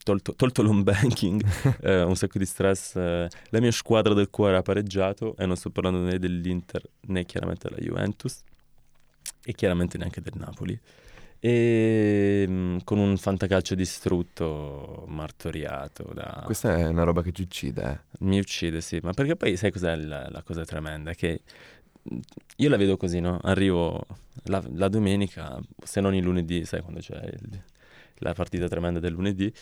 Speaker 1: tolto, tolto l'home banking, eh, un sacco di stress. eh, la mia squadra del cuore ha pareggiato e non sto parlando né dell'Inter né chiaramente della Juventus e chiaramente neanche del Napoli. E mm, con un fantacalcio distrutto, martoriato da...
Speaker 2: Questa è una roba che ci uccide. eh.
Speaker 1: Mi uccide, sì, ma perché poi sai cos'è la, la cosa tremenda? Che mh, io la vedo così, no? Arrivo la, la domenica, se non il lunedì, sai quando c'è il- la partita tremenda del lunedì,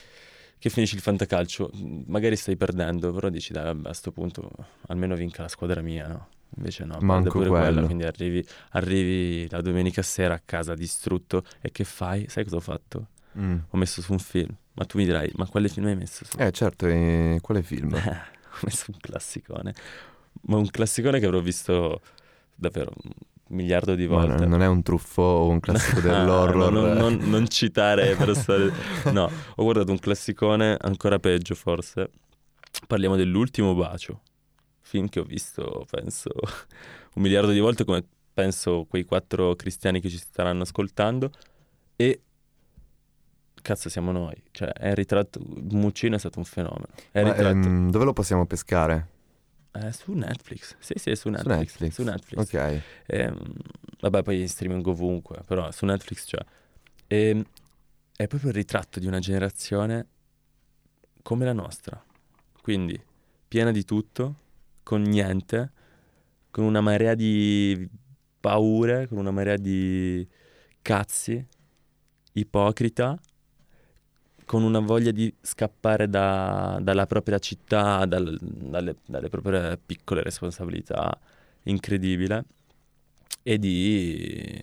Speaker 1: che finisci il fantacalcio, mh, magari stai perdendo, però dici dai, vabbè, a sto punto almeno vinca la squadra mia, no? Invece no,
Speaker 2: Manco
Speaker 1: prende pure
Speaker 2: quello.
Speaker 1: quella, quindi arrivi, arrivi la domenica sera a casa distrutto e che fai? Sai cosa ho fatto?
Speaker 2: Mm.
Speaker 1: Ho messo su un film, ma tu mi dirai, ma quale film hai messo su?
Speaker 2: Eh certo, e quale
Speaker 1: <laughs>
Speaker 2: film?
Speaker 1: Ho messo un classicone, ma un classicone che avrò visto davvero un miliardo di
Speaker 2: Ma
Speaker 1: volte.
Speaker 2: no, non è un truffo o
Speaker 1: <laughs>
Speaker 2: un classico
Speaker 1: Ah,
Speaker 2: dell'horror.
Speaker 1: no, non, non- non citare per stare... No, ho guardato un classicone ancora peggio forse. Parliamo dell'ultimo bacio. Film che ho visto, penso, <laughs> un miliardo di volte, come penso quei quattro cristiani che ci staranno ascoltando. E cazzo siamo noi. Cioè, Harry Tratt... Muccino è stato un fenomeno. Harry
Speaker 2: Ma,
Speaker 1: Tratt-
Speaker 2: ehm, dove lo possiamo pescare?
Speaker 1: eh, su Netflix. Sì, sì, è su
Speaker 2: Su
Speaker 1: Netflix.
Speaker 2: Netflix.
Speaker 1: Su Netflix.
Speaker 2: Ok.
Speaker 1: Ehm, vabbè, poi in streaming ovunque, però su Netflix c'è. Ehm, è proprio il ritratto di una generazione come la nostra. Quindi piena di tutto, con niente, con una marea di paure, con una marea di cazzi, ipocrita, con una voglia di scappare da- dalla propria città, dal- dalle, dalle proprie piccole responsabilità, incredibile, e di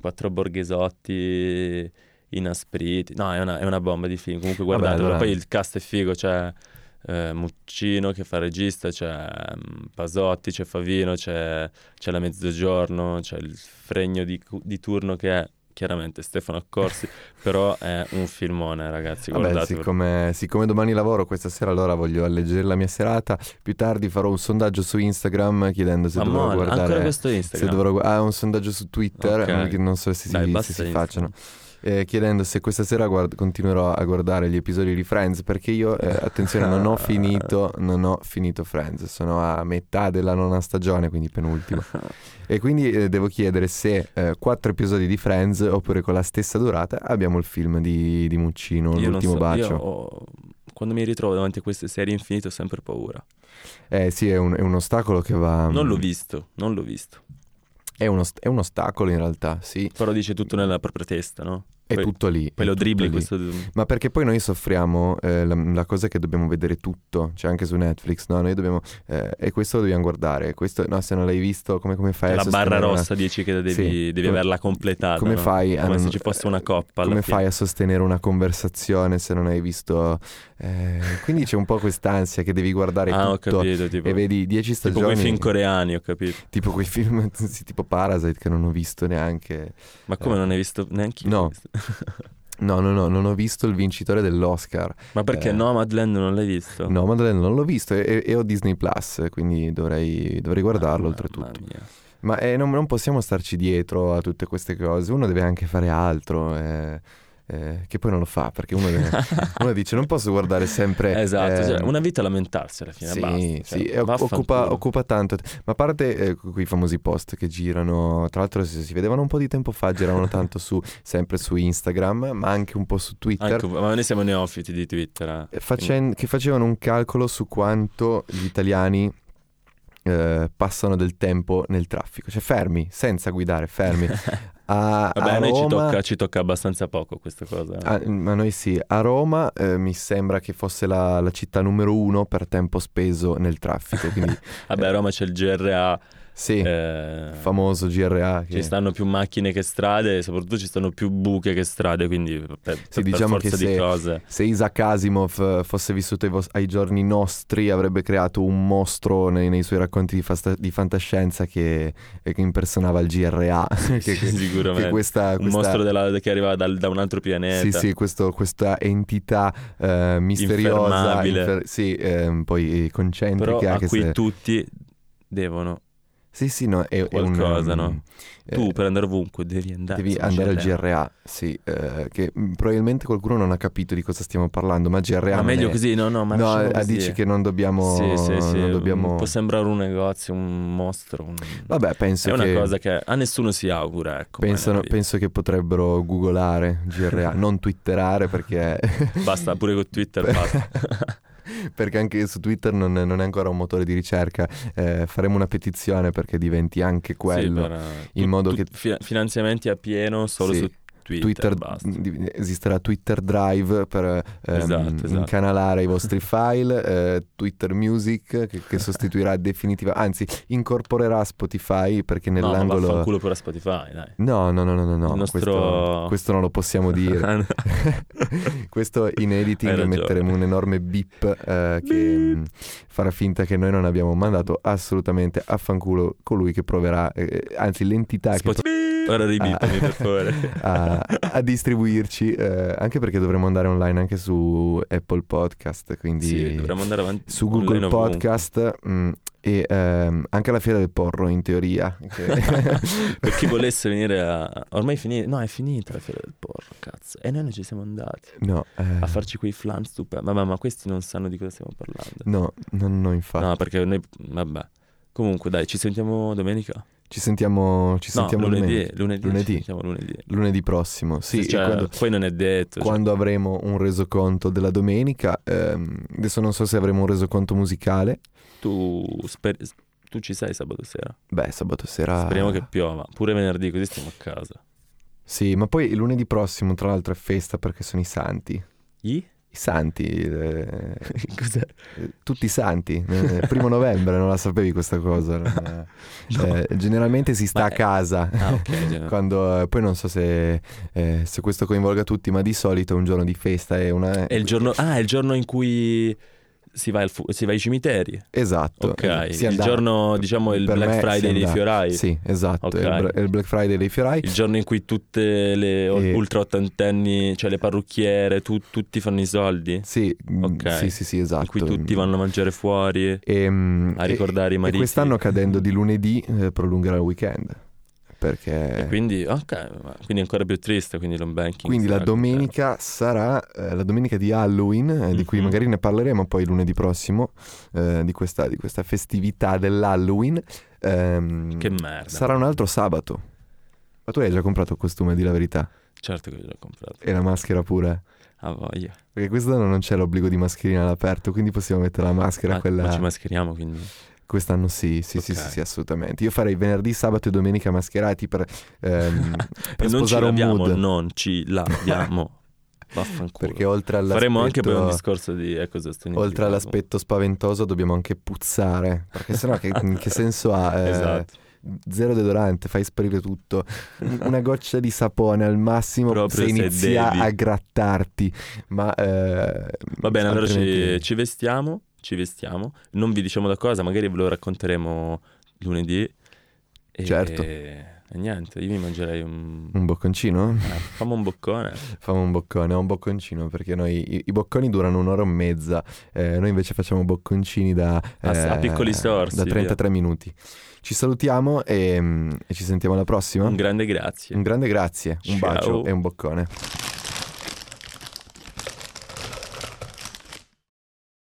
Speaker 1: quattro borghesotti inaspriti. No, è una, è una bomba di film, comunque
Speaker 2: Vabbè,
Speaker 1: guardatelo,
Speaker 2: allora-
Speaker 1: poi il cast è figo, c'è eh, Muccino che fa regista, c'è mm, Pasotti, c'è Favino, c'è, c'è la Mezzogiorno, c'è il fregno di, cu- di turno che è chiaramente Stefano
Speaker 2: <laughs>
Speaker 1: Accorsi, però è un filmone ragazzi,
Speaker 2: Vabbè,
Speaker 1: guardate.
Speaker 2: siccome, siccome domani lavoro questa sera, allora voglio alleggerire la mia serata. Più tardi farò un sondaggio su Instagram chiedendo se dovrò
Speaker 1: ancora
Speaker 2: guardare.
Speaker 1: questo
Speaker 2: Se
Speaker 1: Instagram.
Speaker 2: dovrò, gu- ah, un sondaggio su Twitter,
Speaker 1: Ok.
Speaker 2: che non so se si,
Speaker 1: Dai,
Speaker 2: se
Speaker 1: basta
Speaker 2: si
Speaker 1: Instagram.
Speaker 2: facciano. eh, chiedendo se questa sera guard- continuerò a guardare gli episodi di Friends, perché io, eh, attenzione,
Speaker 1: <laughs>
Speaker 2: non ho finito, non ho finito Friends, sono a metà della nona stagione,
Speaker 1: <laughs>
Speaker 2: quindi penultima. e quindi eh, devo chiedere se eh, quattro episodi di Friends, oppure con la stessa durata, abbiamo il film di, di Muccino,
Speaker 1: Io non
Speaker 2: L'ultimo
Speaker 1: so,
Speaker 2: bacio.
Speaker 1: io ho- quando mi ritrovo davanti a queste serie infinite ho sempre paura.
Speaker 2: Eh sì, è un, è un ostacolo che va... mm,
Speaker 1: Non l'ho visto, non l'ho visto.
Speaker 2: È, un ost- è un ostacolo in realtà, sì,
Speaker 1: Però dice tutto nella propria testa, no?
Speaker 2: è
Speaker 1: Poi-
Speaker 2: tutto lì.
Speaker 1: Poi
Speaker 2: è
Speaker 1: lo
Speaker 2: tutto
Speaker 1: dribbli
Speaker 2: lì.
Speaker 1: questo...
Speaker 2: Ma perché poi noi soffriamo eh, la, la cosa è che dobbiamo vedere tutto, cioè anche su Netflix, no? Noi dobbiamo... eh, e questo lo dobbiamo guardare, questo... No, se non l'hai visto, come, come fai a
Speaker 1: cioè La barra
Speaker 2: sostenere una-
Speaker 1: rossa dici che devi,
Speaker 2: Sì.
Speaker 1: devi
Speaker 2: Come-
Speaker 1: averla completata,
Speaker 2: Come
Speaker 1: no?
Speaker 2: fai a...
Speaker 1: Come se
Speaker 2: non- eh,
Speaker 1: ci fosse una coppa alla
Speaker 2: Come
Speaker 1: fine.
Speaker 2: fai a sostenere una conversazione se non hai visto... eh, quindi c'è un po' quest'ansia che devi guardare
Speaker 1: Ah, ho
Speaker 2: tutto
Speaker 1: capito, tipo,
Speaker 2: e vedi 10
Speaker 1: tipo
Speaker 2: stagioni...
Speaker 1: quei film coreani, ho capito.
Speaker 2: <laughs> tipo quei film, <laughs> sì, tipo Parasite che non ho visto neanche...
Speaker 1: Ma come
Speaker 2: Eh.
Speaker 1: non hai visto <laughs> neanche
Speaker 2: No. No, no, no, non ho visto il vincitore dell'Oscar.
Speaker 1: Ma perché
Speaker 2: Eh.
Speaker 1: no, Madland non l'hai visto?
Speaker 2: No, Madeleine non l'ho visto e, e- e ho Disney Plus, quindi dovrei, dovrei guardarlo
Speaker 1: Mamma
Speaker 2: oltretutto.
Speaker 1: mia.
Speaker 2: Ma eh, non, non possiamo starci dietro a tutte queste cose, uno deve anche fare altro, eh, eh, che poi non lo fa perché
Speaker 1: <laughs>
Speaker 2: uno, deve- uno dice non posso guardare sempre...
Speaker 1: Esatto,
Speaker 2: eh,
Speaker 1: cioè, una vita a lamentarsi alla fine,
Speaker 2: sì,
Speaker 1: basta. Cioè,
Speaker 2: sì, e o-
Speaker 1: vaffanculo.
Speaker 2: occupa, occupa tanto. Ma a parte eh, quei famosi post che girano, tra l'altro si, si vedevano un po' di tempo fa, giravano tanto su, sempre su Instagram, ma anche un po' su Twitter.
Speaker 1: Anche- ma noi siamo neofiti di Twitter. eh.
Speaker 2: Eh, facen- che facevano un calcolo su quanto gli italiani eh, passano del tempo nel traffico, cioè fermi, senza guidare,
Speaker 1: <laughs>
Speaker 2: fermi. A,
Speaker 1: Vabbè,
Speaker 2: a
Speaker 1: a noi ci
Speaker 2: Roma- Ah,
Speaker 1: tocca, ci tocca abbastanza poco questa cosa. eh.
Speaker 2: a- ma noi sì, a Roma eh, mi sembra che fosse la, la città numero uno per tempo speso nel traffico,
Speaker 1: <laughs>
Speaker 2: quindi
Speaker 1: Vabbè, a Roma c'è il GRA.
Speaker 2: eh, sì,
Speaker 1: eh,
Speaker 2: famoso GRA. Che...
Speaker 1: ci stanno più macchine che strade, e soprattutto ci stanno più buche che strade, quindi per, per- per
Speaker 2: diciamo che
Speaker 1: forza di
Speaker 2: se-
Speaker 1: cose.
Speaker 2: Se Isaac Asimov eh, fosse vissuto ai, vos- ai giorni nostri, avrebbe creato un mostro nei, nei suoi racconti di, fasta- di fantascienza che, eh, che impersonava il GRA.
Speaker 1: <laughs>
Speaker 2: <laughs> che, che-
Speaker 1: sicuramente.
Speaker 2: che questa,
Speaker 1: Un
Speaker 2: questa-
Speaker 1: mostro della- che arriva dal- da un altro pianeta.
Speaker 2: sì, sì, questo- questa entità eh, misteriosa,
Speaker 1: Infermabile.
Speaker 2: sì, ehm, poi concentrica.
Speaker 1: Però a
Speaker 2: che
Speaker 1: cui
Speaker 2: se-
Speaker 1: tutti devono
Speaker 2: Sì, sì, no, è, è un,
Speaker 1: Qualcosa,
Speaker 2: ehm,
Speaker 1: no?
Speaker 2: eh,
Speaker 1: Tu per andare ovunque devi andare.
Speaker 2: Devi
Speaker 1: sul
Speaker 2: andare al
Speaker 1: GRA.
Speaker 2: GRA, sì, eh, che mh, probabilmente qualcuno non ha capito di cosa stiamo parlando, ma GRA...
Speaker 1: Ma
Speaker 2: non
Speaker 1: Ah, meglio
Speaker 2: è-
Speaker 1: così, no, no, ma
Speaker 2: no,
Speaker 1: lasciamo
Speaker 2: eh,
Speaker 1: così.
Speaker 2: dici che non dobbiamo...
Speaker 1: Sì, sì, sì. mm,
Speaker 2: non dobbiamo-
Speaker 1: Può sembrare un negozio, un mostro. un-
Speaker 2: Vabbè, penso
Speaker 1: È una
Speaker 2: che...
Speaker 1: cosa che a nessuno si augura, ecco. mai
Speaker 2: Pensano,
Speaker 1: nella vita.
Speaker 2: penso che potrebbero googolare GRA, non twitterare perché,
Speaker 1: <laughs> Basta, pure con
Speaker 2: <laughs>
Speaker 1: Twitter basta.
Speaker 2: perché anche su Twitter non, non è ancora un motore di ricerca. Eh, faremo una petizione perché diventi anche
Speaker 1: Sì,
Speaker 2: quello.
Speaker 1: per, eh,
Speaker 2: in modo che-
Speaker 1: fi- finanziamenti a pieno solo
Speaker 2: Sì.
Speaker 1: su Twitter,
Speaker 2: Twitter,
Speaker 1: basta.
Speaker 2: di- esisterà Twitter Drive per ehm,
Speaker 1: Esatto, esatto.
Speaker 2: incanalare i
Speaker 1: <laughs>
Speaker 2: vostri file, eh, Twitter Music che, che sostituirà definitiva, anzi incorporerà Spotify perché
Speaker 1: No, ma
Speaker 2: nell'angolo...
Speaker 1: vaffanculo pure a Spotify, dai.
Speaker 2: No, no, no, no, no, no,
Speaker 1: Il nostro-
Speaker 2: questo, questo non lo
Speaker 1: <laughs>
Speaker 2: possiamo
Speaker 1: Ah,
Speaker 2: dire. <laughs> questo in
Speaker 1: Hai
Speaker 2: editing
Speaker 1: ragione.
Speaker 2: metteremo un enorme beep eh, che
Speaker 1: Beep.
Speaker 2: mh, farà finta che noi non abbiamo mandato assolutamente a fanculo colui che proverà, eh, anzi l'entità che
Speaker 1: Spotify. Ora ribippami,
Speaker 2: Ah.
Speaker 1: per favore.
Speaker 2: <laughs> a, a distribuirci, eh, anche perché dovremmo andare online anche su Apple Podcast, quindi
Speaker 1: <laughs> Sì, dovremmo andare avanti.
Speaker 2: su
Speaker 1: online
Speaker 2: Google
Speaker 1: ovunque.
Speaker 2: Podcast mh, e ehm, anche alla fiera del porro in
Speaker 1: <laughs>
Speaker 2: teoria. che- <laughs>
Speaker 1: per chi volesse venire a... Ormai è finita... No, è finita la fiera del porro, cazzo. E noi non ci siamo andati
Speaker 2: no, eh,
Speaker 1: a farci quei flan stupendi. Vabbè, ma questi non sanno di cosa stiamo parlando.
Speaker 2: no, no, no, infatti.
Speaker 1: No, perché noi... Vabbè. Comunque, dai, ci sentiamo domenica.
Speaker 2: Ci sentiamo, ci sentiamo
Speaker 1: no, lunedì.
Speaker 2: lunedì.
Speaker 1: Lunedì.
Speaker 2: Lunedì.
Speaker 1: ci sentiamo lunedì.
Speaker 2: lunedì prossimo. Sì,
Speaker 1: Cioè,
Speaker 2: e quando,
Speaker 1: Poi non è detto. cioè,
Speaker 2: quando avremo un resoconto della domenica, ehm, adesso non so se avremo un resoconto musicale.
Speaker 1: tu, sper- tu ci sei sabato sera.
Speaker 2: Beh, sabato sera.
Speaker 1: Speriamo che piova. Pure venerdì, così stiamo a
Speaker 2: <laughs>
Speaker 1: casa.
Speaker 2: Sì, ma poi lunedì prossimo, tra l'altro, è festa perché sono i santi.
Speaker 1: I?
Speaker 2: I santi, eh,
Speaker 1: Cos'è?
Speaker 2: eh, tutti i santi. Eh, Primo novembre non la sapevi questa cosa. non-
Speaker 1: <laughs> No.
Speaker 2: eh, generalmente si sta
Speaker 1: Ma
Speaker 2: a
Speaker 1: è-
Speaker 2: casa.
Speaker 1: Ah, ok. cioè,
Speaker 2: Quando, eh, poi non so se, eh, se questo coinvolga tutti, ma di solito è un giorno di festa è una...
Speaker 1: È il giorno, ah, è il giorno in cui si va, al fu- si va ai cimiteri.
Speaker 2: Esatto.
Speaker 1: Ok.
Speaker 2: Si
Speaker 1: il
Speaker 2: andava-
Speaker 1: giorno, diciamo, il
Speaker 2: per me
Speaker 1: Black
Speaker 2: si
Speaker 1: Friday dei
Speaker 2: andava.
Speaker 1: fiorai.
Speaker 2: Sì, esatto.
Speaker 1: Ok.
Speaker 2: È, il, Bra- è il Black Friday dei fiorai.
Speaker 1: Il giorno in cui tutte le o-
Speaker 2: E-
Speaker 1: ultra ottantenni, cioè le parrucchiere, tu- tutti fanno i soldi.
Speaker 2: Sì, mm,
Speaker 1: Ok.
Speaker 2: sì, sì, sì,
Speaker 1: In
Speaker 2: esatto.
Speaker 1: cui tutti vanno a mangiare fuori,
Speaker 2: E, mm,
Speaker 1: a
Speaker 2: e-
Speaker 1: ricordare i
Speaker 2: e
Speaker 1: mariti.
Speaker 2: quest'anno cadendo di lunedì eh, prolungherà il weekend. Perché...
Speaker 1: E quindi, ok, ma- quindi è ancora più triste, quindi l'home banking.
Speaker 2: Quindi la
Speaker 1: sarà-
Speaker 2: domenica sarà eh, la domenica di Halloween, eh, di cui
Speaker 1: Mhm.
Speaker 2: magari ne parleremo poi lunedì prossimo, eh, di, questa, di questa festività dell'Halloween. Ehm,
Speaker 1: Che merda.
Speaker 2: sarà un altro sabato. Ma tu hai già comprato il costume di la verità
Speaker 1: Certo che l'ho comprato.
Speaker 2: e la maschera pure.
Speaker 1: A voglia.
Speaker 2: Perché quest'anno non c'è l'obbligo di mascherina all'aperto, quindi possiamo mettere la maschera
Speaker 1: Ma,
Speaker 2: quella.
Speaker 1: ma ci mascheriamo, quindi.
Speaker 2: Quest'anno sì, sì, sì,
Speaker 1: Ah, Ok.
Speaker 2: sì, sì, assolutamente. Io farei venerdì, sabato e domenica mascherati per,
Speaker 1: <laughs>
Speaker 2: ehm, per
Speaker 1: E non ci
Speaker 2: sposare un
Speaker 1: l'abbiamo,
Speaker 2: mood.
Speaker 1: non ci l'abbiamo.
Speaker 2: <laughs>
Speaker 1: Vaffanculo.
Speaker 2: Perché oltre all'aspetto
Speaker 1: Faremo anche poi un discorso di ecosostenibilità.
Speaker 2: Oltre all'aspetto spaventoso dobbiamo anche puzzare, perché
Speaker 1: <laughs>
Speaker 2: sennò che, che senso ha? eh,
Speaker 1: Esatto.
Speaker 2: Zero deodorante, fai sparire tutto, una goccia di sapone al massimo
Speaker 1: Proprio
Speaker 2: se
Speaker 1: se
Speaker 2: inizia
Speaker 1: devi.
Speaker 2: a grattarti, ma... eh,
Speaker 1: Va bene, allora ci,
Speaker 2: altrimenti-
Speaker 1: ci vestiamo, ci vestiamo. Non vi diciamo da cosa, magari ve lo racconteremo lunedì. E,
Speaker 2: Certo. Mm.
Speaker 1: E niente, io mi mangerei un...
Speaker 2: Un bocconcino?
Speaker 1: Eh, fammi un boccone.
Speaker 2: Fammi un boccone, un bocconcino, perché noi i, i bocconi durano un'ora e mezza, eh, noi invece facciamo bocconcini da... eh,
Speaker 1: A- a piccoli sorsi,
Speaker 2: Da 33 minuti. Ci salutiamo mm, e, e ci sentiamo alla prossima.
Speaker 1: Un grande grazie.
Speaker 2: Un grande grazie, un
Speaker 1: Ciao.
Speaker 2: bacio e un boccone.